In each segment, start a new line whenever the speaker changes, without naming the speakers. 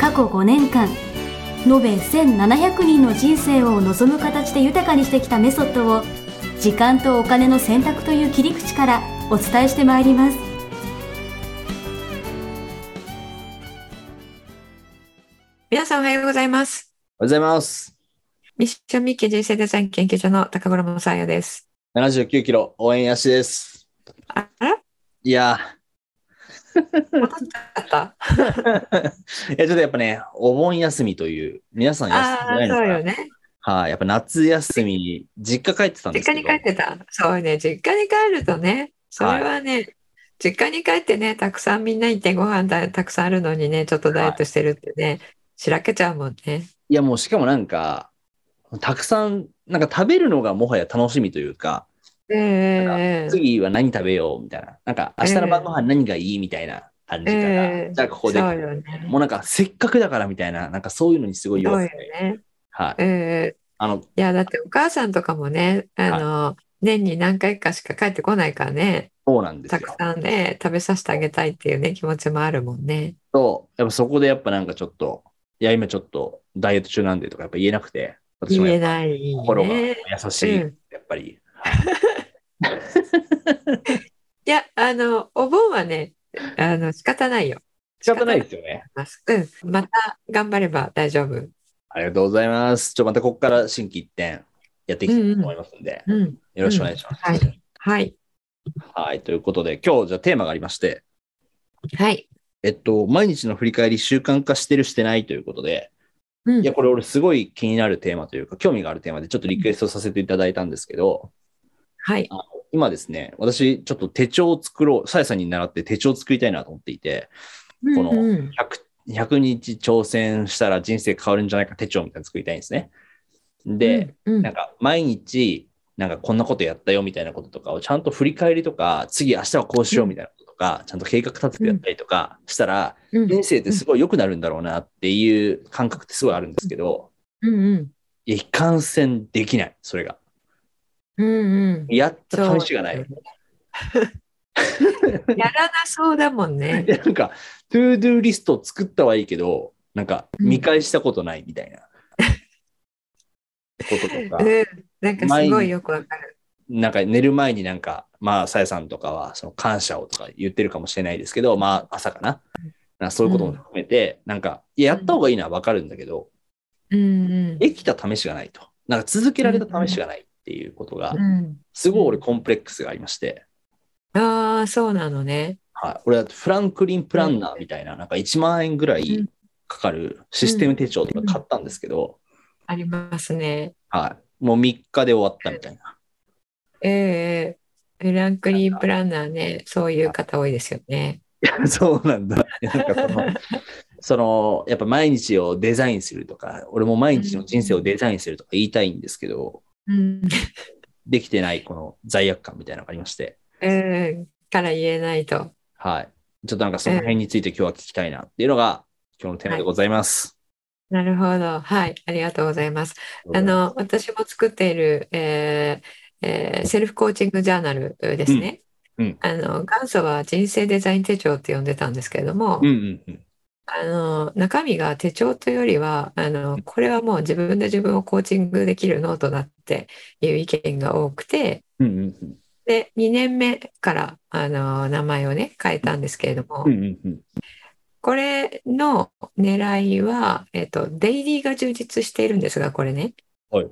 過去5年間延べ1700人の人生を望む形で豊かにしてきたメソッドを時間とお金の選択という切り口からお伝えしてまいります
皆さんおはようございます。
おはようございます。
ミッションミッキー人生デザイン研究所の高頃もさやです。
79キロ、応援やしです。
ああら
いや
戻っちゃった
ー、いやちょっとやっぱね、お盆休みという、皆さん休
あ
みな
あ、
いの
そ
か
う
な
よね。
はい、やっぱ夏休みに実家帰ってたんです
実家
けど。
に帰ってた。そうね、実家に帰るとね、それはね、実家に帰ってね、たくさんみんな行ってご飯だたくさんあるのにね、ちょっとダイエットしてるってね、しらけちゃうもんね。
いやもうしかもなんか、たくさん、なんか食べるのがもはや楽しみというか、
ええ
次は何食べようみたいな。なんか明日の晩ご飯何がいいみたいな感じから、
ええ
じゃあこ
そ
こ
う
で、
よね。
もうなんかせっかくだからみたいな、なんかそういうのにすごい
そうよ
弱くて、
ね。
はい。
ええ
あの、
いや、だってお母さんとかもね、あの、年に何回かしか帰ってこないからね、
そうなんです
た
よ
く。さんね、食べさせてあげたいっていうね、気持ちもあるもんね。
と、やっぱそこでやっぱなんかちょっと、いや、今ちょっとダイエット中なんでとかやっぱ言えなくて、私も
言
や
えな
っぱ
いね。
心が
い
優しい、
うん
やっぱり。
や、あの、お盆はね、あの、仕方ないよ。
仕方ないですよね。
ます。うん。また頑張れば大丈夫。
ありがとうございます。ちょ、またここから新規一点やっていきたいと思いますんで、
うん。
よろしくお願いします。
はい。はい。
はい、ということで、今日じゃあテーマがありまして、
はい。
えっと、毎日の振り返り習慣化してるしてないということで、
うん
いや、これ俺すごい気になるテーマというか、興味があるテーマでちょっとリクエストさせていただいたんですけど、
はい。
今ですね、私ちょっと手帳を作ろう、さやさんに習って手帳を作りたいなと思っていて、この
うんうん
100, 100日挑戦したら人生変わるんじゃないか手帳みたいなの作りたいんですね。で、、
うんうん
なんか毎日、なんかこんなことやったよみたいなこととかをちゃんと振り返りとか、次明日はこうしようみたいなこととか、ちゃんと計画立ててやったりとかしたら、
うん
人生ってすごい良くなるんだろうなっていう感覚ってすごいあるんですけど、
うん
いやいかんせんできない、それが。
うんうん
やった
そう
試 しがない。
うん。やらなそうだもんね。
で なんか、トゥードゥーリストを作ったはいいけど、なんか
うん
見返したことないみた いな。こととか。
うん。なんかすごいよくわかる。
なんか寝る前になんか、まあ、さやさんとかは、その感謝をとか言ってるかもしれないですけど、まあ、朝かな。なんかそういうことも含めて、なんか、いややった方がいいのはわかるんだけど、
うんうん。
できた試しがないと。なんか続けられた試しがないっていうことが
う、ん。
すごい俺コンプレックスがありまして、
ああ、そうなのね。
はい。俺だってフランクリンプランナーみたいな、なんか1万円ぐら
う
いかかるシステム手帳とか買ったんですけど、
ありますね。
はい。もう3日で終わったみたいな。
ええフランクリンプランナーね、そういう方多いですよね。
そうなんだ。なんかその、そのやっぱ毎日をデザインするとか俺も毎日の人生をデザインするとか言いたいんですけど、
うん。
できてないこの罪悪感みたいなのがありまして
うん。から言えないと。
はいちょっとなんかその辺について今日は聞きたいなっていうのが今日のテーマでございます。
なるほど。はい。ありがとうございます。あの、私も作っている、えーえーセルフコーチングジャーナルですね。
うんうん
あの、元祖は人生デザイン手帳って呼んでたんですけれども
うん、うんうん
あの、中身が手帳というよりは、あの、これはもう自分で自分をコーチングできるノートだっていう意見が多くて、
うんうんうん
で、2年目から、あの、名前をね、変えたんですけれども
う、んうんうん
これの狙いは、えっと、デイリーが充実しているんですが、これね。
はい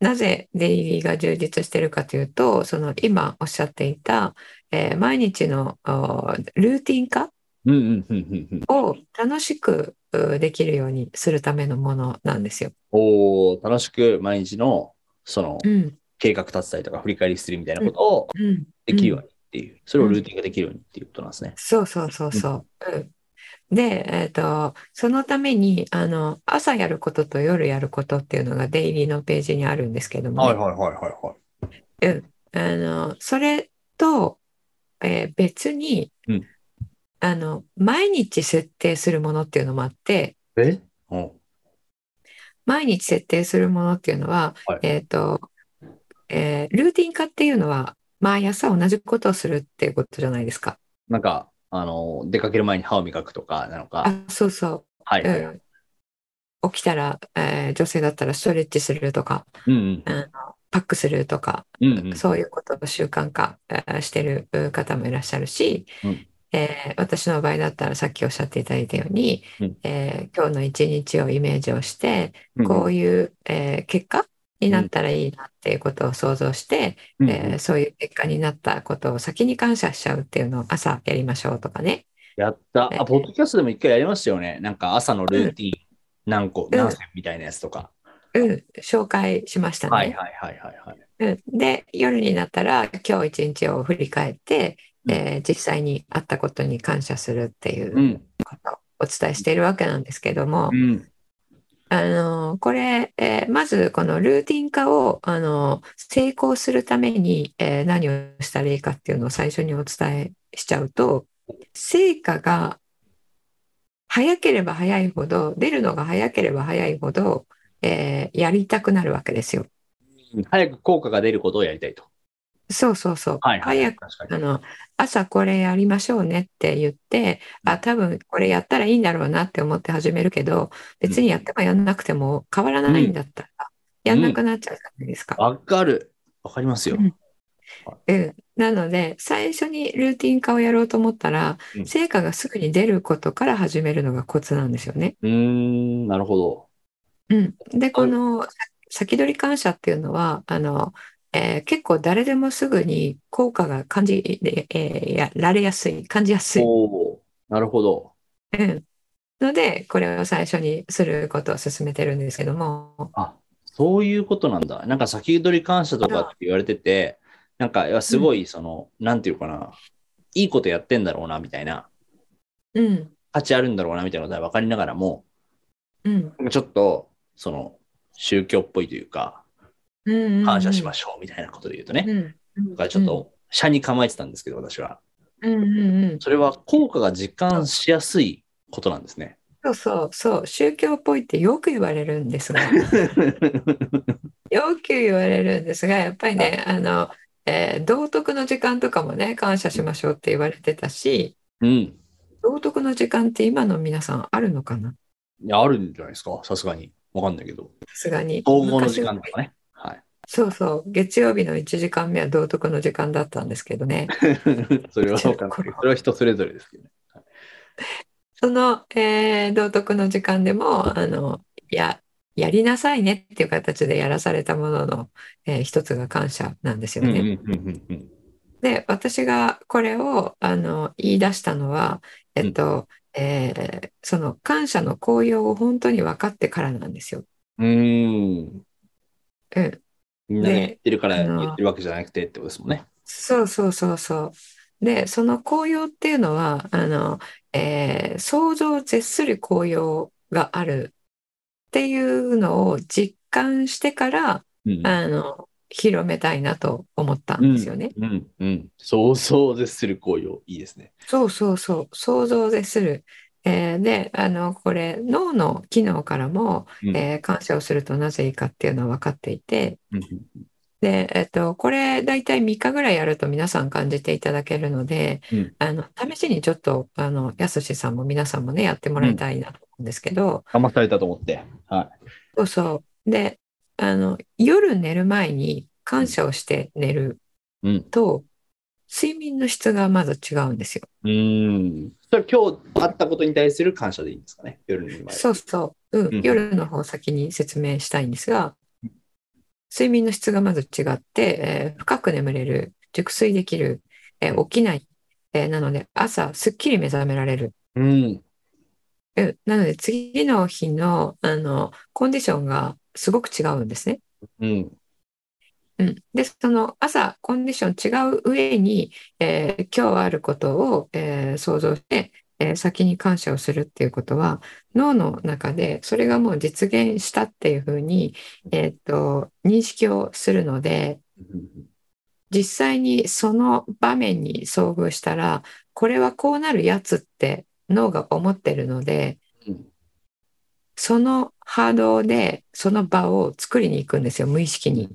なぜデイリーが充実しているかというと、その今おっしゃっていた、えー毎日のおルーティン化
うんうんうんうんうん
を楽しくうできるようにするためのものなんですよ。
おー楽しく毎日のその
うん、
計画立てたりとか振り返りするみたいなことを
うん、
できるようにっていう、それをルーティンができるようにっていうことなんですね。
そうそうそうそう。うんで、えっと、そのために、あの、朝やることと夜やることっていうのがデイリーのページにあるんですけどもね、
はいはいはいはいはい。
あの、それと、えー別に、
うん
あの、毎日設定するものっていうのもあって、
えうん。
毎日設定するものっていうのは、
はい
えっと、えールーティン化っていうのは、毎朝同じことをするっていうことじゃないですか。
なんか、あの、出かける前に歯を磨くとかなのか。
あ、そうそ。
はいう
う
はい。
ん。起きたら、えー女性だったらストレッチするとか、
うん
パックするとか、
うん。うんうん。
そういうことを習慣化えーしてる方もいらっしゃるし、
うん
えー私の場合だったらさっきおっしゃっていただいたように、
うん
えー今日の一日をイメージをして、
うん
こういう、えー結果になったらいいなっていうことを想像して、
うん
えーそういう結果になったことを先に感謝しちゃうっていうのを朝やりましょうとかね。
やった。
え
あ、ポッドキャストでも一回やりましたよね。なんか朝のルーティン何個、
うん
何選みたいなやつとか。
うん、紹介しましたね。
はいはいはいはいはい。
うんで、夜になったら今日一日を振り返って、
うん
えー実際にあったことに感謝するっていう
うん。
ことをお伝えしているわけなんですけども、
うん。
あのこれ、えーまずこのルーティン化をあの成功するために、えー何をしたらいいかっていうのを最初にお伝えしちゃうと成果が早ければ早いほど出るのが早ければ早いほど、えーやりたくなるわけですよ。
早く効果が出ることをやりたいと。
そうそうそう。
はいはい。
早く
確かに
あの朝これやりましょうねって言ってあ多分これやったらいいんだろうなって思って始めるけど別にやってもやんなくても変わらないんだったら、やんなくなっちゃうじゃないですか。
わかる。わかりますよ
う。んうん、なので最初にルーティン化をやろうと思ったら、
うん
成果がすぐに出ることから始めるのがコツなんですよね。
うーん、なるほど。
うん、でこのさ先取り感謝っていうのはあの、えー結構誰でもすぐに効果が感じ、えーやられやすい感じやすい。
おおーなるほど。
うんので、これを最初にすることを勧めてるんですけども、
あ、そういうことなんだ。なんか先取り感謝とかって言われてて、なんかいやすごい、その、なんていうかな、いいことやってんだろうな、みたいな、
うん、
価値あるんだろうな、みたいなことは分かりながらも、
うん、
ちょっと、その、宗教っぽいというか、
うん。
感謝しま
し
しょう、みたいなことで言うとね。
うんうん。
だからちょっと、社に構えてたんですけど、私は。
うん、うん、うんうん。
それは効果が実感しやすいことなんです ね。
そうそう、そう、宗教っぽいってよく言われるんですが、 よく言われるんですが、やっぱりね、あの、えー道徳の時間とかもね、感謝しましょうって言われてたし、
うん。
道徳の時間って今の皆さんあるのかない
や、あるんじゃないですか、さすがに。わかんないけど。
さすがに。
統合の時
昔は
間とかね。はい。
そうそう、月曜日の1時間目は道徳の時間だったんですけどね。
それはわかんないけどそれは人それぞれですけどね。
その、えー道徳の時間でもあのややりなさいねっていう形でやらされたものの、えー一つが感謝なんですよ
うん
ね。
うんうんうん
で私がこれをあの言い出したのは、えっとえーその感謝の効用を本当に分かってからなんですよ。
うん。うん。
うん、
みんなが
ね
言ってるから
あの
言ってるわけじゃなくてってことですもんね。
そうそうそうそう。でその効用っていうのはあの、えー想像を絶する効用があるっていうのを実感してから
うん
あの広めたいなと思ったんですよね。
うんうん。想像絶する行為をいいですね。
そうそうそう想像を絶する。えーであのこれ脳の機能からも、
うん
えー感謝をするとなぜいいかっていうのは分かっていて
うん
で、えっと、これ大体3日ぐらいやると皆さん感じていただけるので、
うん
あの試しにちょっとあのやすしさんも皆さんもねやってもらいたいなと思うんですけど、
騙されたと思って。は
そうそうであの夜寝る前に感謝をして寝る
い。うん。
と睡眠の質がまず違うんですよ。
うん。それ今日あったことに対する感謝でいいんですかね。夜の前。
そうそう、うん
うん
夜の方を先に説明したいんですが睡眠の質がまず違って、えー深く眠れる熟睡できる、えー起きない、えーなので朝すっきり目覚められる、
うん。
うんなので次の日のあのコンディションがすごく違うんですね。
うん。
うん、でその朝コンディション違う上に、えー今日あることを、えー想像して、えー先に感謝をするっていうことは脳の中でそれがもう実現したっていうふうに、えーっと認識をするので実際にその場面に遭遇したらこれはこうなるやつって脳が思ってるので
うん
その波動でその場を作りに行くんですよ無意識に。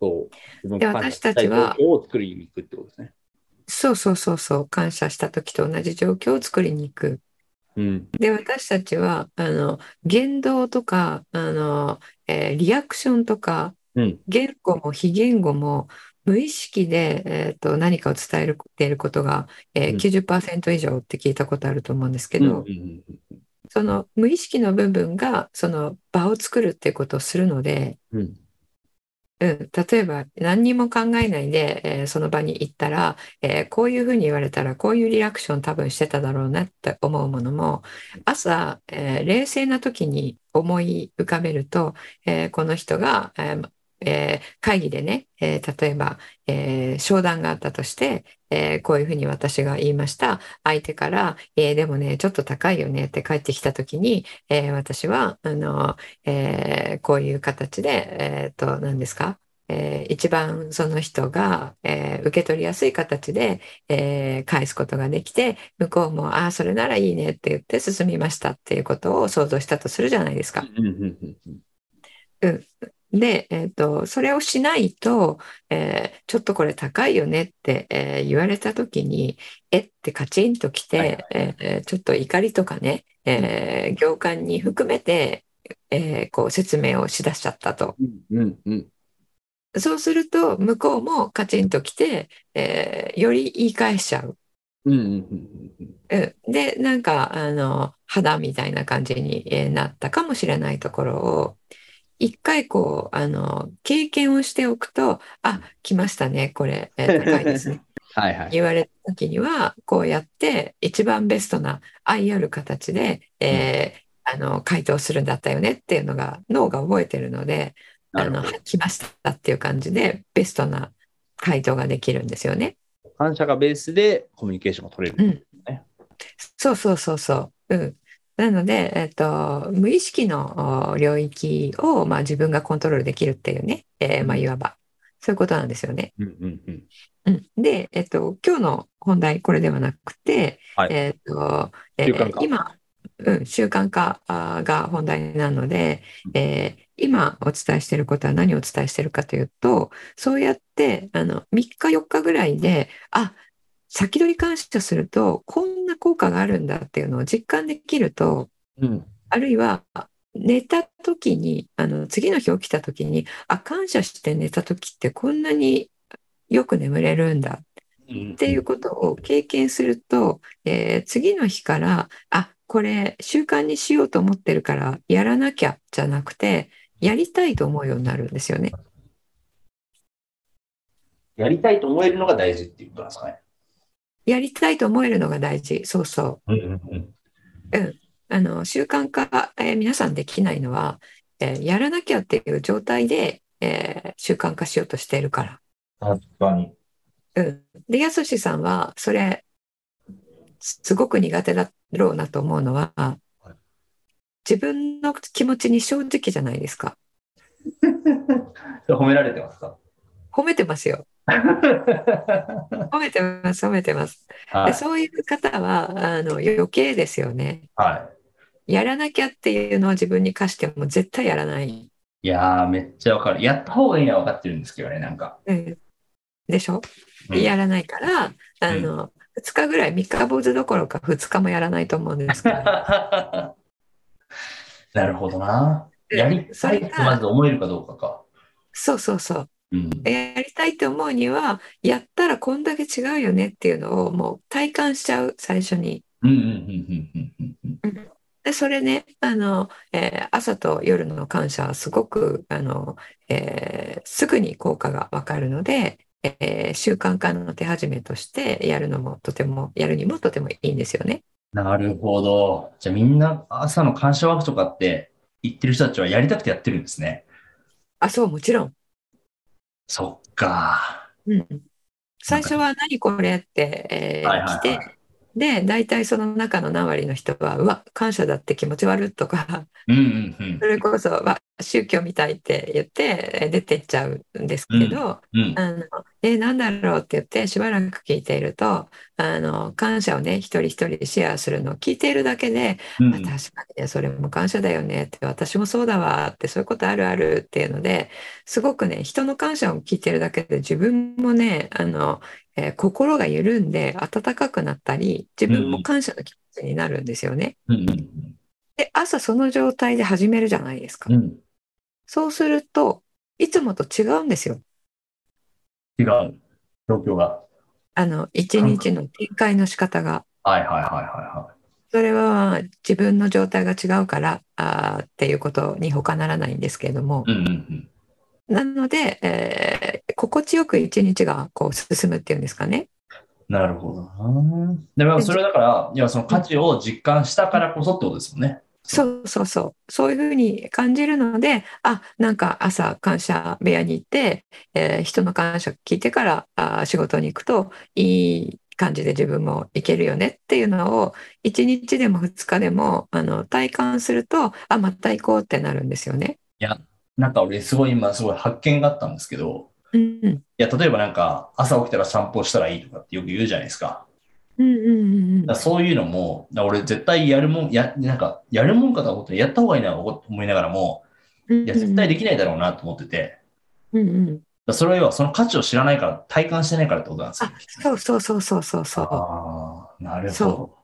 そう。自分
で
が感謝
私たちは
したい状況を作りに行くってことですね。
そうそうそうそう感謝した時と同じ状況を作りに行く。
うん。
で私たちはあの言動とかあの、えーリアクションとか
うん。
言語も非言語も無意識で、えー、と何かを伝えるていることが、えー
うん
90%以上って聞いたことあると思うんですけ
うんう
ど、
ん
その無意識の部分がその場を作るっていうことをするので、
うんうん。
うん、例えば何にも考えないで、えーその場に行ったら、えーこういうふうに言われたらこういうリアクション多分してただろうなって思うものも朝、えー冷静な時に思い浮かべると、えーこの人が、えーえー会議でね、えー例えば、えー商談があったとして、えーこういうふうに私が言いました相手から、えーでもねちょっと高いよねって帰ってきた時に、えー私はあのえーこういう形で、えーと、何ですか、えー一番その人が、えー受け取りやすい形で、えー返すことができて、向こうも、ああ、それならいいねって言って進みましたっていうことを想像したとするじゃないですか。
うんうんうんうん
で、えーと、それをしないと、えーちょっとこれ高いよねって、えー言われた時に、えってカチンときて、
はいはい
えーちょっと怒りとかね、えー行間に含めて、えーこう説明をしだしちゃったと。
うんうんうん
そうすると向こうもカチンときて、えーより言い返しちゃう。
うんうんうんうん
うんでなんかあの肌みたいな感じにえーなったかもしれないところを一回こうあの経験をしておくと「あ来ましたねこれ、えー高いです ね」
はいはい。
言われた時にはこうやって一番ベストな愛ある形で、えーあの回答するんだったよねっていうのが脳が覚えてるので。
な
あ
る
の
ほど。
来ましたっていう感じでベストな回答ができるんですよね。
感謝がベースでコミュニケーションが取れる。
そうそうそうそう。うん、なので、えっと、無意識のお領域を、まあ、自分がコントロールできるっていうね、えーまあ、
うん
いわばそういうことなんですよね。
うんうんうん。
うん、で、えっと、今日の本題これではなくて、
はい
えっとえ
習慣化
ー今、うん、習慣化あーが本題なので、えー今お伝えしていることは何をお伝えしているかというとそうやってあの3日4日ぐらいであ先取り感謝するとこんな効果があるんだっていうのを実感できると、
うん。
あるいは寝た時にあの次の日起きた時にあ感謝して寝た時ってこんなによく眠れるんだ
うん
っていうことを経験すると、えー次の日からあこれ習慣にしようと思ってるからやらなきゃじゃなくてやりたいと思うようになるんですよね。
やりたいと思えるのが大事っていうことなんですかね。
やりたいと思えるのが大事そうそう。
うんうんうん。
あの習慣化、えー皆さんできないのは、えーやらなきゃっていう状態で、えー習慣化しようとしているから。
確かに。
うん、でやすしさんはそれすすごく苦手だろうなと思うのは自分の気持ちに正直じゃないですか
褒められてますか
褒めてますよ褒めてます褒めてます、
は
でそういう方はあの余計ですよね
は
やらなきゃっていうのを自分に課しても絶対やらない、
い。いやー、めっちゃわかる。やった方がいいのは分かってるんですけどね、なんか。
うん、でしょ、
うん
やらないからあの、2日ぐらい三日坊主どころか2日もやらないと思うん ですけど
なるほど な。
うん
やり
そ
た
れ
い
が
とまず思えるかどうかか。
そうそうそう
うん。
やりたいと思うにはやったらこんだけ違うよねっていうのをもう体感しちゃう最初に。
うんうんうんうんうんうん
でそれねあの、えー朝と夜の感謝はすごくあの、えーすぐに効果がわかるので、えー習慣化の手始めとしてやるのもとてもやるにもとてもいいんですよね。
なるほど。じゃあみんな朝の感謝ワークとかって言ってる人たちはやりたくてやってるんですね。
あそうもちろん、
そっか。
うん、最初は「何これ?」って、えー
はいはいはい
来てで、大体その中の何割の人は、うわ、感謝だって気持ち悪いとか、
うんうんうん
それこそ、わ宗教みたいって言ってえ出てっちゃうんですけど、
うん
あのえなんだろうって言ってしばらく聞いているとあの感謝をね一人一人シェアするのを聞いているだけで、
う
あ
ん
確かにねそれも感謝だよねって私もそうだわってそういうことあるあるっていうのですごくね人の感謝を聞いてるだけで自分もねあの、えー心が緩んで温かくなったり自分も感謝の気持ちになるんですよね。
うんうん
で朝その状態で始めるじゃないですか。
うん
そうするといつもと違うんですよ。
違う状況が
あの一日の展開の仕方が。
はいはいはいは
それは自分の状態が違うからあーっていうことに他ならないんですけれども
いはいうんうん
なので、えー心地よく一日がこう進むっていうんですかね。
うんなるほどなでもそれはだからいやその価値を実感したからこそってことですもんね
そうそうそう。そういうふうに感じるので、あ、なんか朝感謝部屋に行って、えー人の感謝聞いてからあー仕事に行くといい感じで自分も行けるよねっていうのを1日でも2日でもあの体感すると、あ、また行こうってなるんですよね。
なんか俺すごい今すごい発見があったんですけど
うんうん
いや例えばなんか朝起きたら散歩したらいいとかってよく言うじゃないですか
うんうんうん
だからそういうのも、だから俺絶対やるもん、や、なんか、やるもんかと思って、やった方がいいなと思いながらも、
うん。
いや、絶対できないだろうなと思ってて、だか
うんうん。
らそれは要はその価値を知らないから、体感してないからってことなんですよ
あ、そうそうそうそうそうそう。
ああ、なるほど
そ。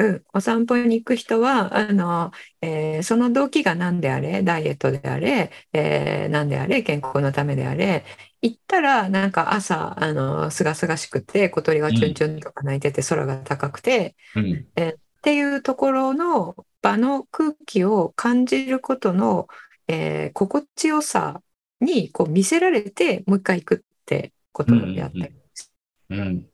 うん、お散歩に行く人はあの、えーその動機が何であれダイエットであれ、えー何であれ健康のためであれ行ったらなんか朝あのすがすがしくて小鳥がチュンチュンとか鳴いてて空が高くて、
うん。
っていうところの場の空気を感じることの、えー心地よさにこう見せられてもう一回行くってことであったり。
うん。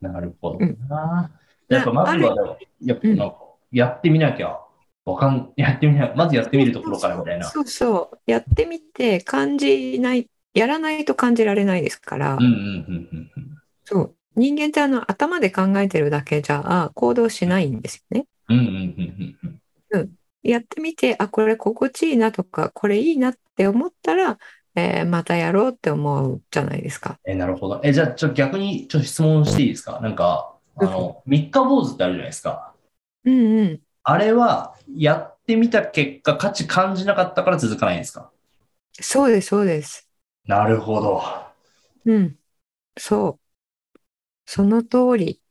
なるほど
うん
な。やっぱ、まずはでも、やっ
う
ぱ
ん
なんか、やってみなきゃ、わかん、 やってみな、まずやってみるところからみたいな。
そうそう。やってみて感じない、やらないと感じられないですから、
うんうんうんうんうん。
そう。人間ってあの頭で考えてるだけじゃ行動しないんですよね。
うんうんうんうんうん。
やってみて、あ、これ心地いいなとか、これいいなって思ったら、えーまたやろうって思うじゃないですか。
え、なるほど。え、じゃあ、ちょ、逆に、ちょ、質問していいですかなんか、あの、三日坊主ってあるじゃないですか。
うんうん。
あれは、やってみた結果、価値感じなかったから続かないんですか
そうです、そうです。
なるほど。
うん。そう。その通り。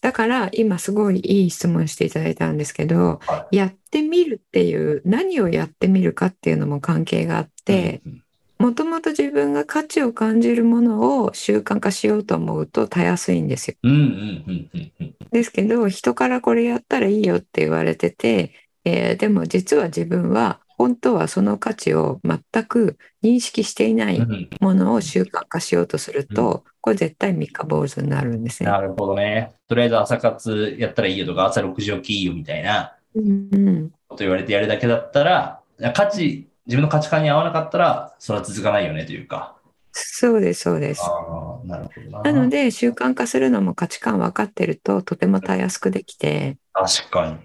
だから今すごいいい質問していただいたんですけど、
は
やってみるっていう何をやってみるかっていうのも関係があって
うん
もともと自分が価値を感じるものを習慣化しようと思うとたやすいんですよ。
うんうんうんうん
ですけど人からこれやったらいいよって言われてて、えーでも実は自分は本当はその価値を全く認識していな
うんう
い
ん。
ものを習慣化しようとするとこれ絶対三日坊主になるんですね。
なるほどね。とりあえず朝活やったらいいよとか、朝6時起きいいよみたいな
うんうん
こと言われてやるだけだったら、価値、自分の価値観に合わなかったら、それは続かないよねというか。
そうですそうです。
ああ、なるほどな。
なので習慣化するのも価値観分かってるととてもたやすくできて
確か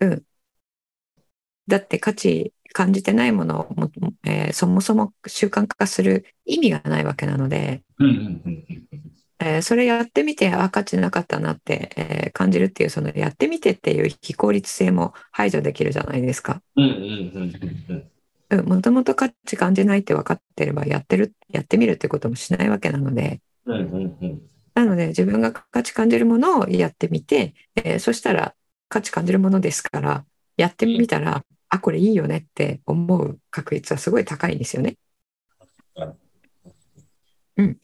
に。
だって価値感じてないものをも、えーそもそも習慣化する意味がないわけなので、
うんうんうんうん。
えーそれやってみてあ価値なかったなって、えー感じるっていうそのやってみてっていう非効率性も排除できるじゃないですか。
うんうんうんうんう
う
ん。
んもともと価値感じないって分かってればやってるやってみるってこともしないわけなので。
うんうんうん。
なので自分が価値感じるものをやってみて、えーそしたら価値感じるものですからやってみたらあこれいいよねって思う確率はすごい高いんですよね
はい。
うん、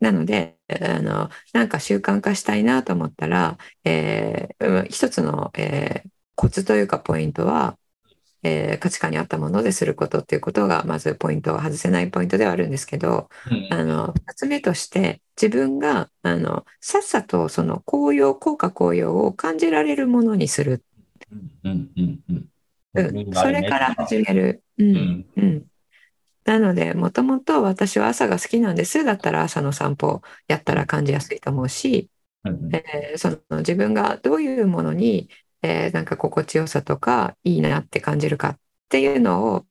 なのであのなんか習慣化したいなと思ったら、えーうん一つの、えーコツというかポイントは、えー価値観に合ったものですることっていうことがまずポイントを外せないポイントではあるんですけど、
うん
あの2つ目として自分があのさっさとその紅葉効果紅葉を感じられるものにする、
うんうんうん
う
うん
ん、それから始める。うん
うん
うんなのでもともと私は朝が好きなんですだったら朝の散歩やったら感じやすいと思うし
うん
えーその自分がどういうものに、えーなんか心地よさとかいいなって感じるかっていうのを、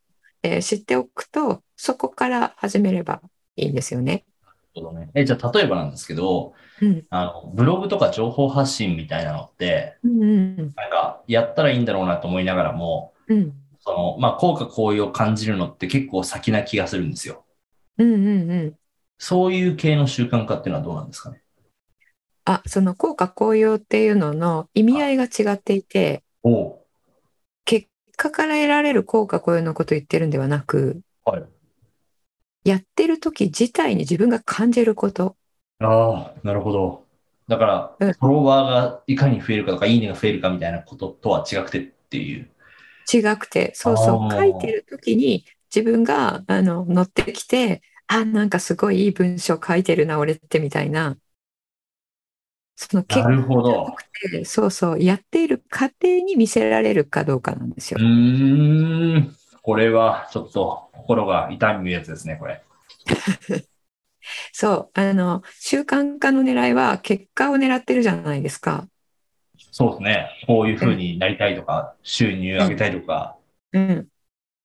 えー知っておくとそこから始めればいいんですよね。
なるほどね。え、じゃあ、例えばなんですけど、
うん
あの、ブログとか情報発信みたいなのって、
うんうん
なんか、やったらいいんだろうなと思いながらも、
うん
その、まあ、効果効用を感じるのって結構先な気がするんですよ。
うんうんうん
そういう系の習慣化っていうのはどうなんですかね。
あその効果効用っていうのの意味合いが違っていて
おう
結果から得られる効果効用のことを言ってるんではなく、
はい
やってる時自体に自分が感じること
ああ、なるほど。だか
うん
ら、フォロワーがいかに増えるかとか、いいねが増えるかみたいなこととは違くてっていう。
違くてそうそ
あ
う
ー
書いてる時に自分があの乗ってきてあなんかすごいいい文章書いてるな俺ってみたいなその結
な
果
るほど。
でそうそうやっている過程に見せられるかどうかなんですよ
う。ーん。これは、ちょっと、心が痛むやつですね、これ。
そうあの習慣化の狙いは結果を狙ってるじゃないですか。
そうですね。こういう風になりたいとか、収入上げたいとか、
うん、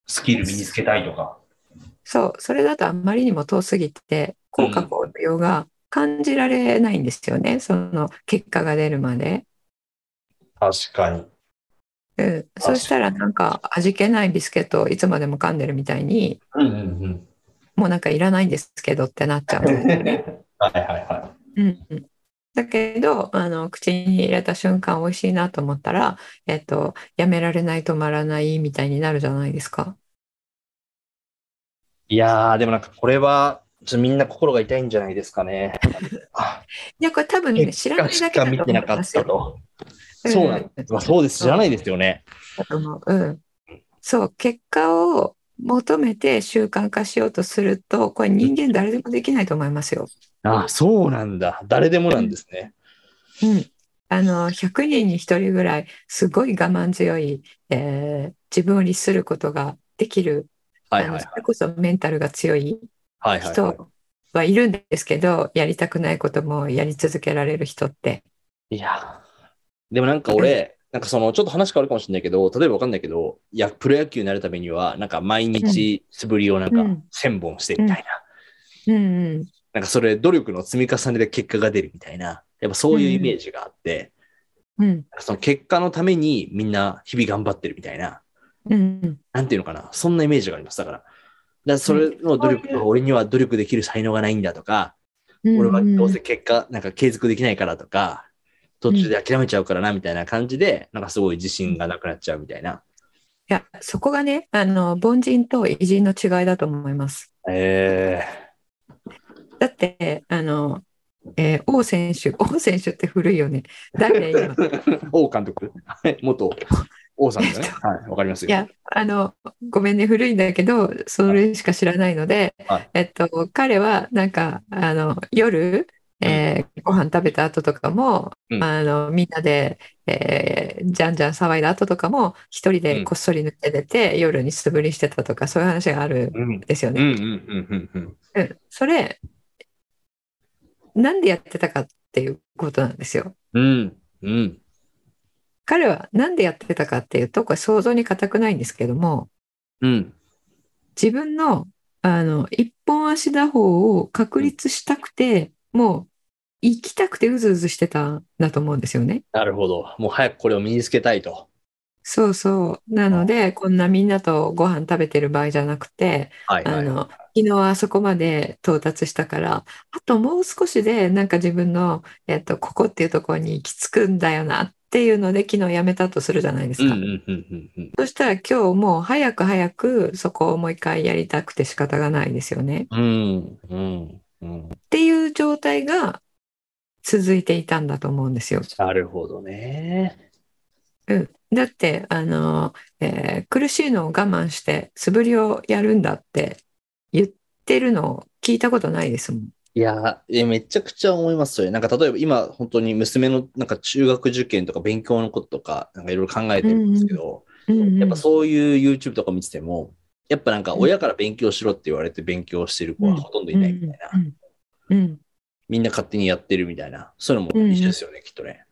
スキル身につけたいとか。
そうそれだとあんまりにも遠すぎて効果効用が感じられないんですよねその結果が出るまで。
確かに。
うん、そしたらなんか味気ないビスケットをいつまでも噛んでるみたいに
うんうん
もうなんかいらないんですけどってなっちゃうん
うん。はい
ですよね。
はいは
うんうんだけどあの口に入れた瞬間美味しいなと思ったら、えっと、やめられない止まらないみたいになるじゃないですか。
いやー、でもなんかこれは、ちょっとみんな心が痛いんじゃないです かね。あ
いやこれ多分ね知らないだけだと
結果しか見
思
て
い
なか
ま
っ
すよ
た。と。
うん
そうなんです。まあ、そうです。知らないですよね。
だと思う。うん。そう、結果を求めて習慣化しようとすると、これ人間誰でもできないと思いますよ。
あそうなんだ。誰でもなんですね。
うん。あの、100人に1人ぐらい、すごい我慢強い、えー自分を律することができる、
は
あ
いはい
の
はい
そ。れこそメンタルが強い
はいはいは
人はいるんですけど、やりたくないこともやり続けられる人って。
い。いやーでもなんか俺、なんかその、ちょっと話変わるかもしれないけど、例えばわかんないけど、いや、プロ野球になるためには、なんか毎日素振りをなんか
うん
1000本してみたいな。
うんうん。
なんかそれ、努力の積み重ねで結果が出るみたいな。やっぱそういうイメージがあって、
うん。
その結果のためにみんな日々頑張ってるみたいな。
うん。
なんていうのかな、そんなイメージがあります。だから、だからそれの努力
そうい
が俺には努力できる才能がないんだとか、俺はどうせ結果、なんか継続できないからとか、途中で諦めちゃうからなみたいな感じで、なんかすごい自信がなくなっちゃうみたいな。
いや、そこがね、あの、凡人と偉人の違いだと思います。
え
だって、あの、えー王選手、 王選手って古いよね。誰今。い
ー、王監督、はい元王さんですよね。 はい、わかりますよ。
や、あの、ごめんね、古いんだけど、それしか知らないので、
はい
えっと、彼は、なんか、あの、夜、えーご飯食べた後とかも、
うん
あの、みんなで、えーじゃんじゃん騒いだ後とかも、一人でこっそり抜け出て、夜に素振りしてたとか、そういう話があるん
うん、
ですよ
うん、
ね
う。ん、うん、うん。
うんそれ、なんでやってたかっていうことなんですよ。
うん、うん。
彼はなんでやってたかっていうと、これ想像に難くないんですけども、
うん、
自分の、あの、一本足打法を確立したくて、もう、行きたくてうずうずしてたんだと思うんですよね。
なるほど。もう早くこれを身につけたいと。
そうそう。なので、こんなみんなとご飯食べてる場合じゃなくて、
はい、
あ
はい。
の、昨日はあそこまで到達したから、あともう少しで、なんか自分の、えっと、ここっていうところに行き着くんだよなっていうので、昨日やめたとするじゃないで
う
す
ん、う
か。
ん、うん、うん、うん。
そしたら今日もう早く早くそこをもう一回やりたくて仕方がないですよね。
うん、うん、うん。
っていう状態が続いていたんだと思うんですよ。
なるほどね。
だって、あの、えー苦しいのを我慢して素振りをやるんだって言ってるのを聞いたことないですもん。
いや、えめちゃくちゃ思いますよね。なんか例えば今、本当に娘のなんか中学受験とか勉強のこととか、なんかいろいろ考えてるんですけど、やっぱそういう YouTube とか見てても、やっぱなんか親から勉強しろって言われて勉強してる子はほとんどいないみたいな。
うんうんうん
みんな勝手にやってるみたいな、そういうのも一緒ですよね、きっとね。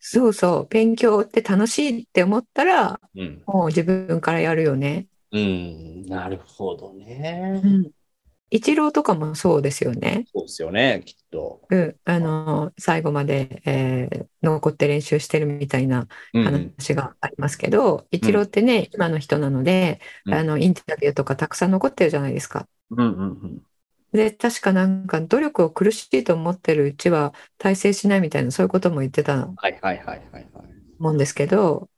そうそう、勉強って楽しいって思ったら、
うん。
もう自分からやるよね。
うん、なるほどね。
うん。一郎とかもそうですよね。
そうですよね、きっと。
うん。あの、最後まで、えー残って練習してるみたいな
うんうん
話がありますけど、一郎ってね、今の人なので、
うん
あの、インタビューとかたくさん残ってるじゃないですか。
うんうん
で、確かなんか努力を苦しいと思ってるうちは大成しないみたいな、そういうことも言ってた
はいはいはいはいはい。
もんですけど、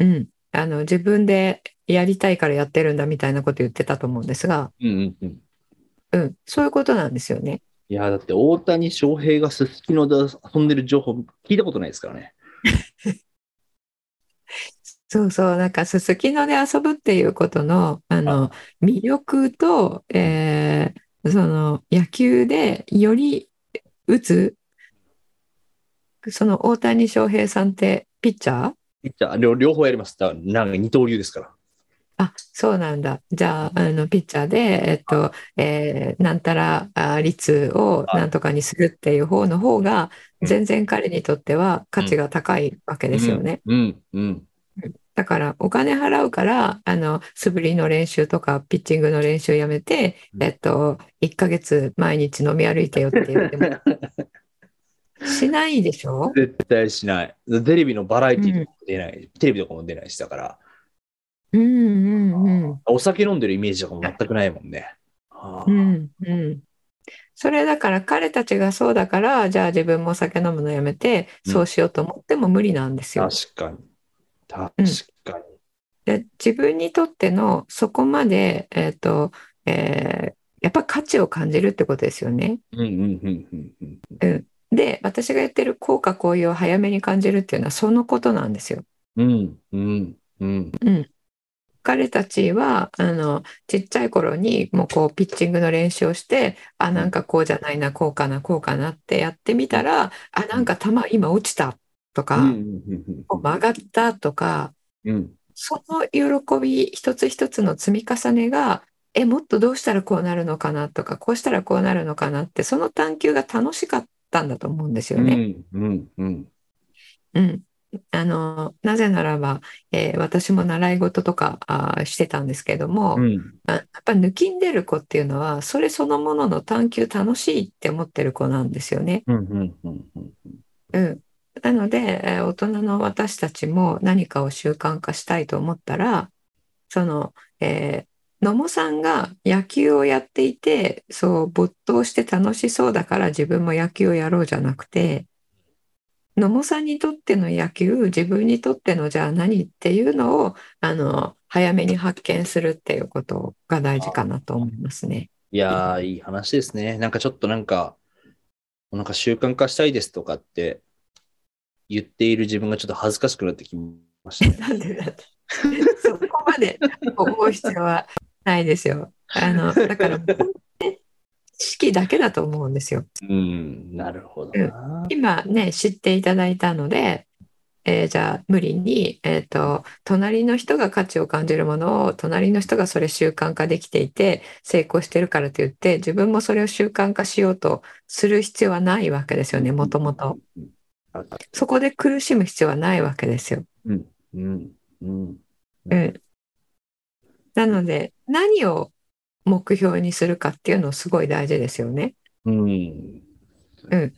うん。あの、自分でやりたいからやってるんだみたいなこと言ってたと思うんですが、
うんうんうん。
うん。そういうことなんですよね。
いや、だって大谷翔平がすすきので遊んでる情報聞いたことないですからね。
そうそう、なんかすすきので遊ぶっていうことの、あの魅力と、えーその野球でより打つ、その大谷翔平さんってピッチャー
ピッチャー両両方やります。だからなんか二刀流ですから。
あ、そうなんだ。じゃあ、あのピッチャーで、えっと、えーなんたらあ率をなんとかにするっていう方の方が、
うん
全然彼にとっては価値が高いわけですよね。
うんうん。
だからお金払うからあの素振りの練習とかピッチングの練習やめて、
うん
えっと、1ヶ月毎日飲み歩いてよって言って もしないでしょ
絶対しない。テレビのバラエティとかも出ない、テレビとかも出ないしだから、
うんうんうん
お酒飲んでるイメージとかも全くないもんね。あ
う
ー
んうんそれだから彼たちがそうだからじゃあ自分もお酒飲むのやめて
うん
そうしようと思っても無理なんですよ。
確かに。確かに。
で自分にとってのそこまで、えっとえーやっぱ価値を感じるってことですよね。
うんうんうんうんうん。
で私が言ってる効果効用を早めに感じるっていうのはそのことなんですよ。
うんうんうん。
彼たちはあのちっちゃい頃にもうこうピッチングの練習をしてあなんかこうじゃないなこうかなこうかなってやってみたらあなんか球今落ちたとか、
うんうんうん
こう曲がったとか
うんうん。
その喜び一つ一つの積み重ねがえもっとどうしたらこうなるのかなとかこうしたらこうなるのかなってその探求が楽しかったんだと思うんですよね。
うんうん
うん、あのなぜならば、えー私も習い事とかあーしてたんですけども、
うん。
あやっぱ抜きんでる子っていうのはそれそのものの探求楽しいって思ってる子なんですよね。
うんうんうんうん。
うん、なので、えー大人の私たちも何かを習慣化したいと思ったらその、えー野茂さんが野球をやっていてそう没頭して楽しそうだから自分も野球をやろうじゃなくて野茂さんにとっての野球自分にとってのじゃあ何っていうのをあの早めに発見するっていうことが大事かなと思いますね。
いやー、いい話ですね。なんかちょっとなんか、なんか習慣化したいですとかって言っている自分がちょっと恥ずかしくなってきまし
な
たね。
んでだって。そこまで思う必要はないですよ。あの、だから、知識だけだと思うんですよ。
うん、なるほどな。
今ね、知っていただいたので、えーじゃあ無理に、えっと隣の人が価値を感じるものを隣の人がそれ習慣化できていて成功してるからといって自分もそれを習慣化しようとする必要はないわけですよねもともと
うん。あ
そこで苦しむ必要はないわけですよ。
うん、うん。
うん。なので、何を目標にするかっていうのすごい大事ですよね。
うん。
うん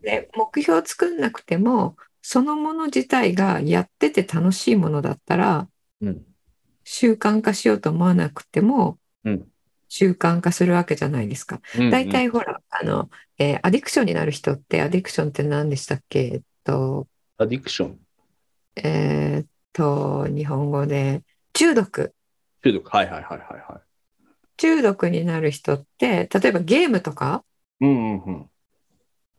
で、目標を作んなくても、そのもの自体がやってて楽しいものだったら、
うん。
習慣化しようと思わなくても
うん、
習慣化するわけじゃないですか。
うん
大体、ほら、あの、えーアディクションになる人って、アディクションって何でしたっけえっと、
アディクション。
えーっと、日本語で、中毒。
中毒。はいはいはいはいはい。
中毒になる人って例えばゲームとか
うんうんうん。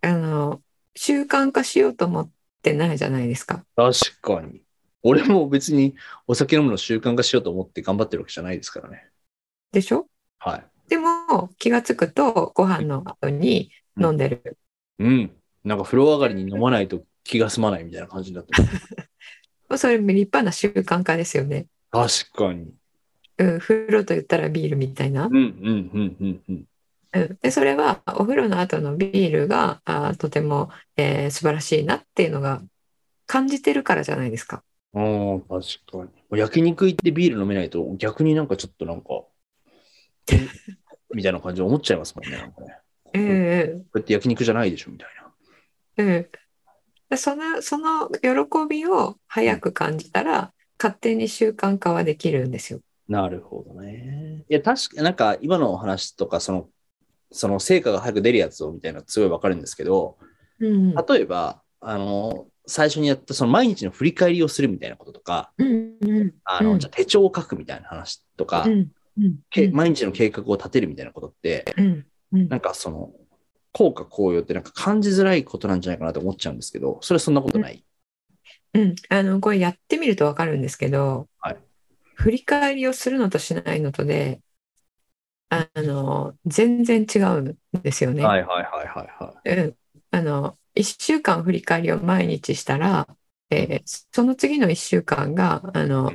あの習慣化しようと思ってないじゃないですか。
確かに。俺も別にお酒飲むの習慣化しようと思って頑張ってるわけじゃないですからね。
でしょ
はい。
でも気がつくとご飯の後に飲んでる。
うん。なんか風呂上がりに飲まないと気が済まないみたいな感じになってる。
もうそれ立派な習慣化ですよね。
確かに。
うん、風呂と言ったらビールみたいな。
うんうんうんうんうん。
うんでそれはお風呂の後のビールがあーとても、えー素晴らしいなっていうのが感じてるからじゃないですか。
うん、確かに。焼肉行ってビール飲めないと、逆になんかちょっとなんか、みたいな感じで思っちゃいますもんね。なんかね
うんうん
こうやって焼肉じゃないでしょみたいな。
うん、でそのその喜びを早く感じたら勝手に習慣化はできるんですよ。
なるほどね。いや、確かなんか今のお話とか、その、その成果が早く出るやつをみたいなのすごいわかるんですけど、
うん
例えば、あの、最初にやったその毎日の振り返りをするみたいなこととか、
うんうん
あ
う
の、
ん
じゃあ手帳を書くみたいな話とか、
うんうん
け毎日の計画を立てるみたいなことって、
うんうん
なんかその、効果効用ってなんか感じづらいことなんじゃないかなと思っちゃうんですけど、それはそんなことない。
うんあのこれやってみると分かるんですけど、
はい
振り返りをするのとしないのとであの全然違うんですよね。
いはいはいはいはい。
うん、あの1週間振り返りを毎日したら、えーその次の1週間があの、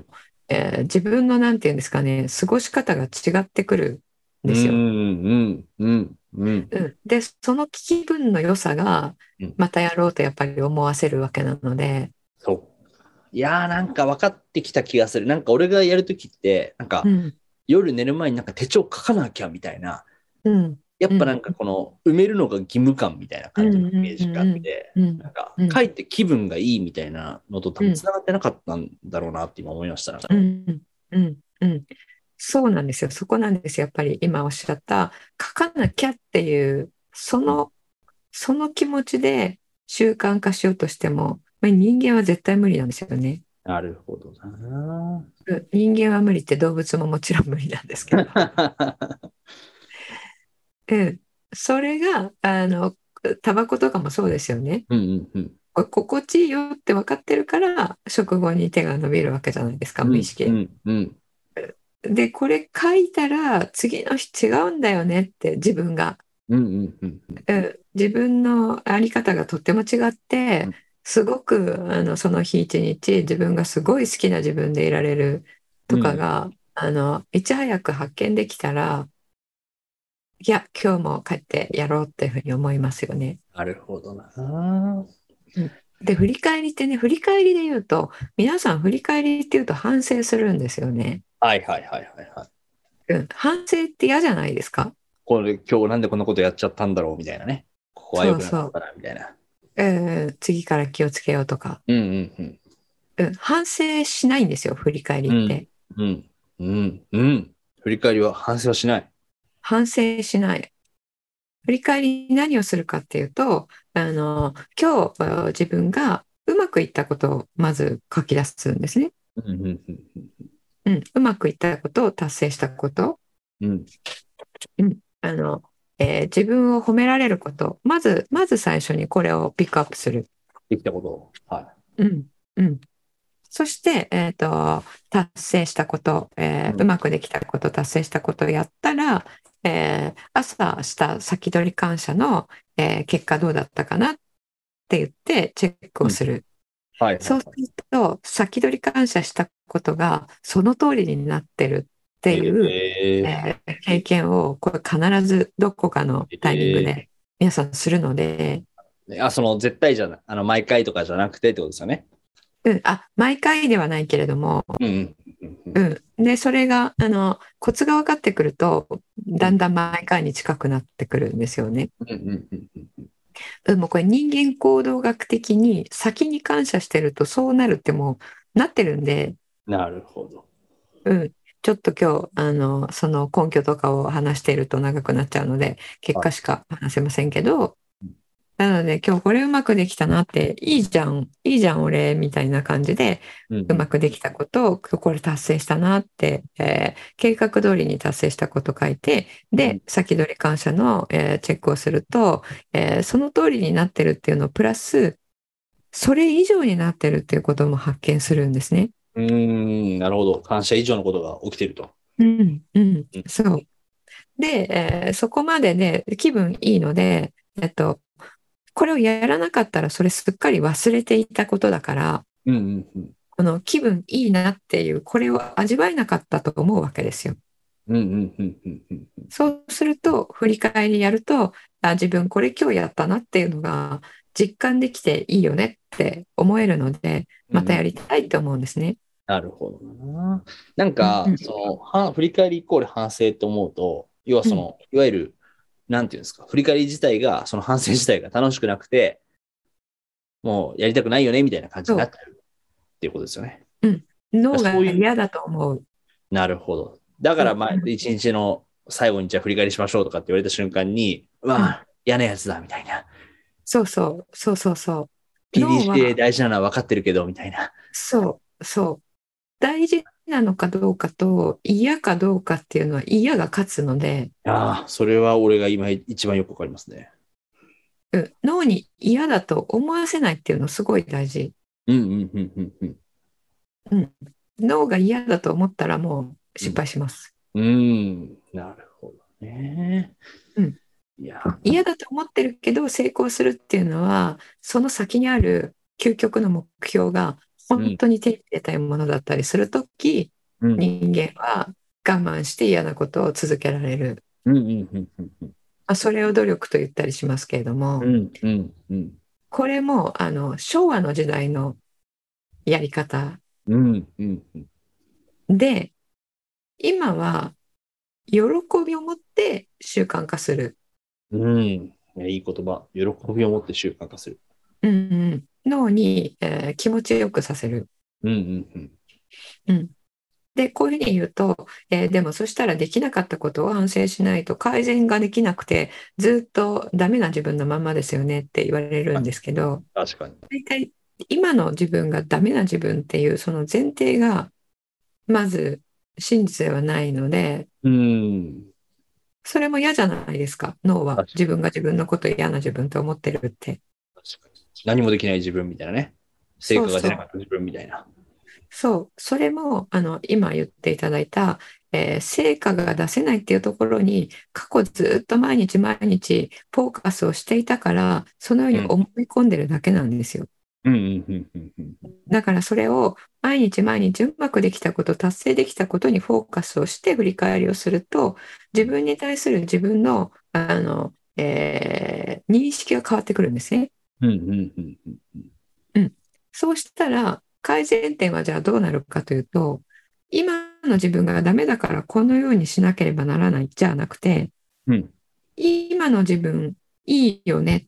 えー自分のなんていうんですかね過ごし方が違ってくるんです
う
よ。
んうんうんうん。
うん、でその気分の良さが
うん
またやろうとやっぱり思わせるわけなので、
そう。いやーなんか分かってきた気がする。なんか俺がやるときって、なんか
うん
夜寝る前になんか手帳書かなきゃみたいな、
うん
やっぱなんかこの埋めるのが義務感みたいな感じのイメージがあ
う
っ
ん
て、
うん
なんか
うん
書いて気分がいいみたいなのと多分繋がってなかったんだろうなって今思いました。
うんうんうん、そうなんですよそこなんですよやっぱり今おっしゃった書かなきゃっていうそのその気持ちで習慣化しようとしてもまあ人間は絶対無理なんですよね。
なるほどな。
うん人間は無理って動物ももちろん無理なんですけど、 うん、それがあのタバコとかもそうですよね
うんうんうん。
これ心地いいよって分かってるから食後に手が伸びるわけじゃないですか無意識で
うんうん。
でこれ書いたら次の日違うんだよねって自分が、
うんうんうん
うん、自分の在り方がとっても違って
うん
すごくあのその日一日自分がすごい好きな自分でいられるとかが、あのいち早く発見できたらいや今日も帰ってやろうっていうふうに思いますよね。
なるほどな。
で振り返りってね振り返りで言うと皆さん振り返りっていうと反省するんですよね。
はいはいはいはいはい。
うん、反省って嫌じゃないですか
これ今日なんでこんなことやっちゃったんだろうみたいなね。ここは良くなかったなみたいな。
うん次から気をつけようとか、
うんうん
うん、反省しないんですよ振り返りって、
うん。うんうんうん。振り返りは反省はしない。
反省しない振り返りに何をするかっていうとあの今日えー自分がうまくいったことをまず書き出すんですね、
うんうんうん
うん、うまくいったことを達成したこと
うん。うん
あの、えー自分を褒められることまずまず最初にこれをピックアップする
できたことを。はい。
うんうん、そして、えーと達成したこと、えー
うん
うまくできたこと達成したことをやったら、えー朝した先取り感謝の、えー結果どうだったかなって言ってチェックをする、
はい。
そうすると先取り感謝したことがその通りになってるっていう、
えー
えー経験をこれ必ずどこかのタイミングで皆さんするので。
ねあ、その絶対じゃない。あの、毎回とかじゃなくてってことですよね。
うん、あ毎回ではないけれども、
うんうんうんう。
うんん、でそれがあのコツが分かってくるとだんだん毎回に近くなってくるんですよね。
うんうんうんうんうん。
うんもうこれ人間行動学的に先に感謝してるとそうなるってもうなってるんで、
なるほど。
うん、ちょっと今日あのその根拠とかを話していると長くなっちゃうので結果しか話せませんけど、
うん
なので今日これうまくできたなっていいじゃんいいじゃん俺みたいな感じで
うん
うまくできたことをこれ達成したなって、えー計画通りに達成したこと書いて
う
で
ん
先取り感謝の、えーチェックをすると、えーその通りになってるっていうのプラスそれ以上になってるっていうことも発見するんですね。
うーん、なるほど。感謝以上のことが起きてると。
うんうん
うん、
そうで、えーそこまでで、気分いいので、えっと、これをやらなかったらそれすっかり忘れていたことだから
うんうんうん。
この気分いいなっていうこれを味わえなかったと思うわけですよ。
うんうんうんうんうんうん。
そうすると、振り返りやると、あ、自分これ今日やったなっていうのが実感できていいよねって思えるので、またやりたいと思うんですね。
なるほどな。なんか
うんうん、
そのは、振り返りイコール反省と思うと、要はその、いわゆる、なんていうんですか、振り返り自体が、その反省自体が楽しくなくて、もうやりたくないよね、みたいな感じになっちゃうっていうことですよね。
脳が
そういう
嫌だと思う。
なるほど。だから、まあ、
うん
一日の最後にじゃあ振り返りしましょうとかって言われた瞬間に、まあ、嫌なやつだ、みたいな。
そうそう、そうそうそう。脳は
PDCA 大事なのは分かってるけど、みたいな。
そう、そう。大事なのかどうかと、嫌かどうかっていうのは嫌が勝つので、
ああ、それは俺が今一番よくわかりますね。
うん脳に嫌だと思わせないっていうのすごい大事。
うんうんうんうんうん。
脳が嫌だと思ったらもう失敗します。
うん、なるほどね。
うん。
いや、
嫌だと思ってるけど成功するっていうのは、その先にある究極の目標が本当に手に入れたいものだったりするとき、
うん、うん、
人間は我慢して嫌なことを続けられる。
うん、うん、うん、
まあ、それを努力と言ったりしますけれども、
うん、うん、うん、
これもあの昭和の時代のやり方
うん、うん、
で今は喜びを持って習慣化する、
うん。いやいい言葉。喜びを持って習慣化する。
うんうん、脳に、えー気持ちよくさせる。
うん、うん、
でこういうふうに言うと、えーでもそしたらできなかったことを反省しないと改善ができなくてずっとダメな自分のまんまですよねって言われるんですけど
うん。確かに。
大体今の自分がダメな自分っていうその前提がまず真実ではないので
うん。
それも嫌じゃないですか脳は
確かに
自分が自分のこと嫌な自分と思ってるって
確かに。何もできない自分みたいなね。成果が出なかった自分みたいな。
そうそれもあの今言っていただいた、えー成果が出せないっていうところに過去ずっと毎日毎日フォーカスをしていたからそのように思い込んでるだけなんですよ。
うん、うん、うん、うん、うん。
だからそれを毎日毎日うまくできたこと、達成できたことにフォーカスをして振り返りをすると、自分に対する自分の、あの、えー認識が変わってくるんですね。
うん、うん、うん、うん。
そうしたら、改善点はじゃあどうなるかというと、今の自分がダメだからこのようにしなければならないじゃなくて、
うん、
今の自分いいよね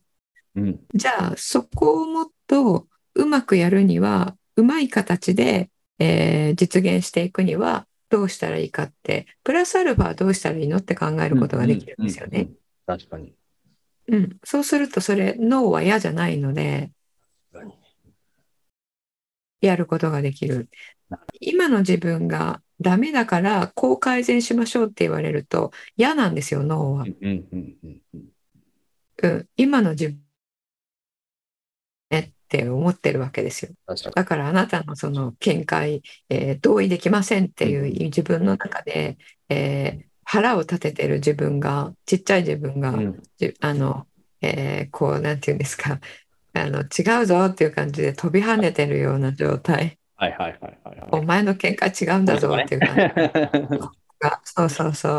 うん、
じゃあそこをもっとうまくやるにはうまい形で、えー実現していくにはどうしたらいいかってプラスアルファどうしたらいいのって考えることができるんですよ
うんう
ね
ん。うんうん。確かに。
うん、そうするとそれ脳は嫌じゃないので
確かに
やることができる
なる。
今の自分がダメだからこう改善しましょうって言われると嫌なんですよ脳は。
うん、うん、うん、うん。
うん、今の自分ねって思ってるわけですよ。
確かに。
だからあなたのその見解、えー同意できませんっていう
うん
自分の中で、えー腹を立ててる自分がちっちゃい自分が、
うん
じあの、えーこうなんていうんですかあの違うぞっていう感じで飛び跳ねてるような状態
はい、はい、はい、はいはい。
お前の見解違うんだぞっていう感じがそうそうそ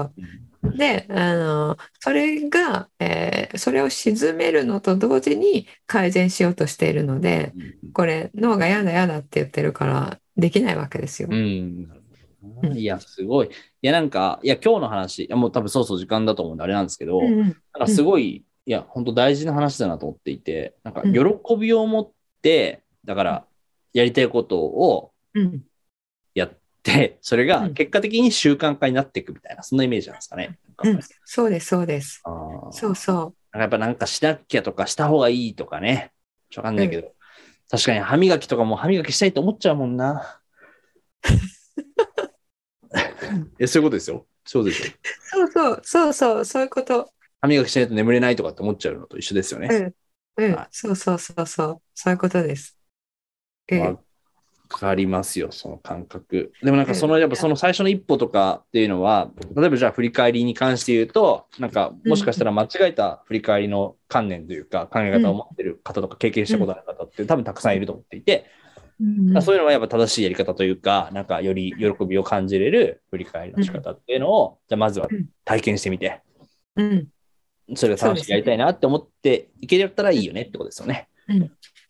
うであのそれが、えーそれを沈めるのと同時に改善しようとしているのでこれ脳がやだやだって言ってるからできないわけですよ。
うん。
うん
いや、すごい。いや、なんか、いや、今日の話、いやもう多分そうそう時間だと思うんで、あれなんですけど、
うんうん
なんかすごい、いや、本当大事な話だなと思っていて、なんか、
うん
喜びを持って、だから、やりたいことを
うん
やって、それ
う
が
ん
結果的に習慣化になっていくみたいな、そんなイメージなんですかね。
う
なんんか、
そうですそうです。
あー
そうそ
なんかやっぱなんかしなきゃとかした方がいいとかね、わかんないけど、確かに歯磨きとかも歯磨きしたいと思っちゃうもんな。 え、そういうことですよ。そうですよ。
うそうそうそうそうそういうこと。
歯磨きしないと眠れないとかって思っちゃうのと一緒ですよね。
うんうん
はい
そうそうそうそうそういうことです。うん
わかりますよ、その感覚。でもなんかそうの、
ん
やっぱその最初の一歩とかっていうのは、例えばじゃあ振り返りに関して言うと、なんかもしかしたら間違えた振り返りの観念というか、考え方を持ってる方とか経験したことある方って多分たくさんいると思っていて、
うん
だからそういうのはやっぱ正しいやり方というか、なんかより喜びを感じれる振り返りの仕方っていうのを、じゃあまずは体験してみて、
うん
それが楽しくやりたいなって思っていけたらいいよねってことですよね。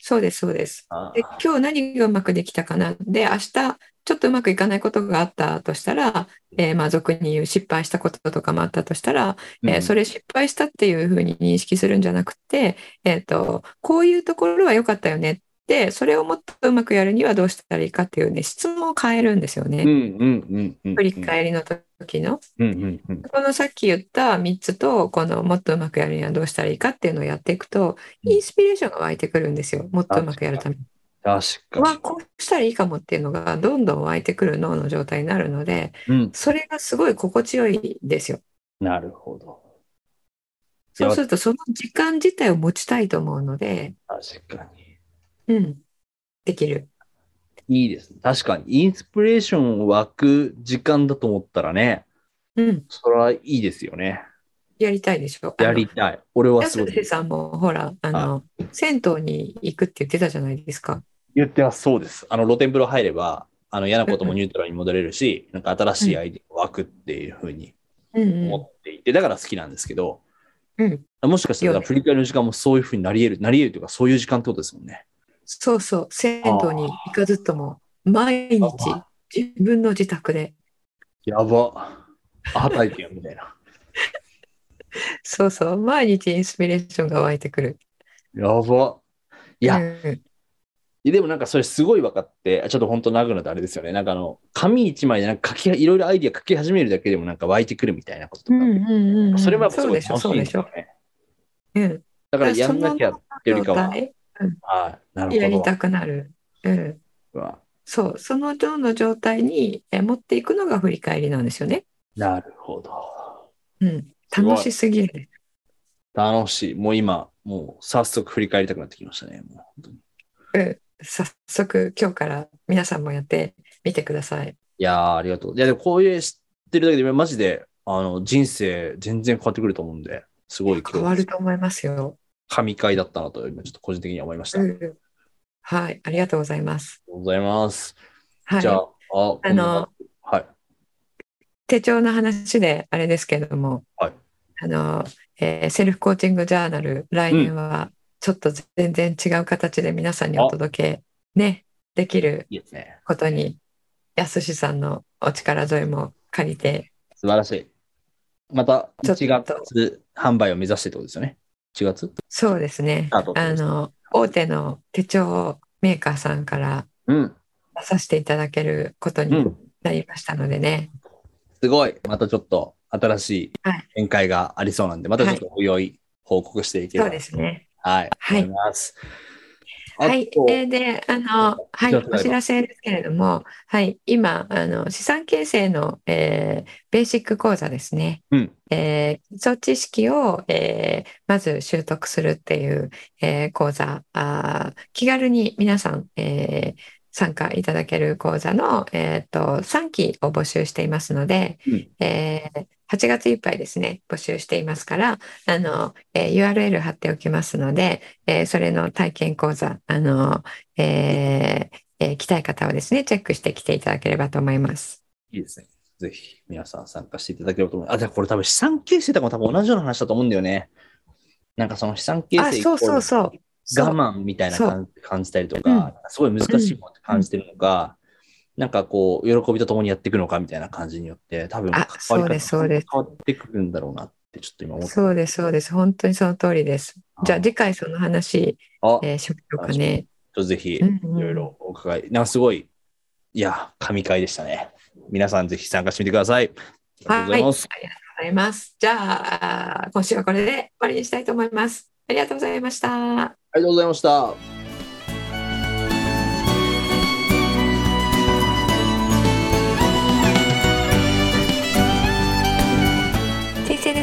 そうです、そうです。
あ
で今日何がうまくできたかなで明日ちょっとうまくいかないことがあったとしたら、えーまあ俗に言う失敗したこととかもあったとしたら、えーそ
れ、
れ失敗したっていうふうに認識するんじゃなくて、えー、とこういうところは良かったよねってそれをもっとうまくやるにはどうしたらいいかっていうね質問を変えるんですよね。
うんうんうんうん。
振り返りの時の
うんうんうん。
このさっき言った3つとこのもっとうまくやるにはどうしたらいいかっていうのをやっていくと
うん
インスピレーションが湧いてくるんですよもっとうまくやるために
確かに。
はこうしたらいいかもっていうのがどんどん湧いてくる脳の状態になるので
うん、
それがすごい心地よいですよ。
なるほど。い
そ
や
うするとその時間自体を持ちたいと思うので、
確かに。
うん、できる。
いいですね。確かに。インスピレーション湧く時間だと思ったらね、
うん、
それはいいですよね。
やりたいでしょ。
やりたい。俺はす
安
ご
瀬
い。
さんもほらあの銭湯に行くって言ってたじゃないですか。
言ってます。そうです。あの、露天風呂入れば、あの、嫌なこ ともニュートラルに戻れるし、なんか新しいアイデアが湧くっていうふうに
うん
思っていて、だから好きなんですけど、
うんうん、
もしかした
よ
らだ
ね
から振り返りの時間もそういうふうになり得る、なり得るというか、そういう時間ってことですもんね。
そうそう銭湯に行かずとも毎日自分の自宅で
やば。アハ体験みた いな。
そうそう毎日インスピレーションが湧いてくる。
やば。いや
う、ん
いやでもなんかそれすごい分かって、あちょっと本当長くなってあれですよね。なんかあの、紙一枚でなんか書き、いろいろアイディア書き始めるだけでもなんか湧いてくるみたいなことと
う
か。
んうんうんうん
それもやっぱす
そう
ごい
でしょ
楽し
そう
いん
で
で
し
すよ
ょ。
ね。
うん、
だからやんなきゃっていうよりかは、
状
はい、な
態や
る
り
ほど
たくなる。うん、
うわ。
そうその脳の状態にえ持っていくのが振り返りなんですよね。
なるほど。
うん、
すごい
楽しすぎる。
楽しい。もう今、もう早速振り返りたくなってきましたね。もう本当にい
早速今日から皆さんもやってみてください。
やー、ありがとう。いや、でもこういう知ってるだけで、マジで、あの、人生全然変わってくると思うんで、すごい
変
今
わ
日、
ると思いますよ。
神回だったなと、今ちょっと個人的には思いました。あ
う
りが
ん、はい、ありがとうございます。
とうございます。
はい、
じゃあ、あ、
あの
はい。
手帳の話であれですけども、
はい
あのえーセルフコーチングジャーナル来年はちょっと全然違う形で皆さんにお届け、ねできる
いいですね。
ことにやすしさんのお力添えも借りて
素晴らしい。また
ちょっと
1月販売を目指してってことですよね。1月
そうですね
あどうぞ
あの大手の手帳メーカーさんから
うん。
出させていただけること
う
に
ん。
なりましたのでね、
すごい。またちょっと新しい
はい
展開がありそうなんで、またちょっとおいおい報告していけれ
そう
ば、
ですね
はい。
はい
思います。
はい
あと、
えーで、あの、はい、
お知らせ
お知らせ
があります
ですけれども、はい、今、あの、資産形成の、えーベーシック講座ですね。
うん。
えー基礎知識を、えーまず習得するっていう、えー講座、あー気軽に皆さん、えー参加いただける講座の、えーと、3期を募集していますので、
うん
えー8月いっぱいですね、募集していますから、あの、えー URL 貼っておきますので、えーそれの体験講座、あの、えーえー来たい方はですね、チェックしてきていただければと思います。
いいですね。ぜひ皆さん参加していただければと思います。あ、じゃあこれ多分資産形成とかも多分同じような話だと思うんだよね。なんかその資産形
あ、
成イコ
そう
ール
そうそう。そう
我慢みたいな
そう
感じ感じたりと
うん
か、すごい難しいものって感じてるのか、なんかこう、喜びとともにやっていくのかみたいな感じによって、多分
あ
変わ
そうですそうです
変わってくるんだろうなって、ちょっと今思って。
そうです、そうです。本当にその通りです。じゃあ
あ
次回その話、
あ、ちょ
えー、しましょうかね。
っとぜひ、い
うんうん
ろいろお伺い、なんかすごい、いや、神回でしたね。皆さんぜひ参加してみてください。ありがとうございます。
はい、ありがとうございます。じゃあ、あー今週はこれで終わりにしたいと思います。ありがとうございました。
ありがとうございました。
人生デ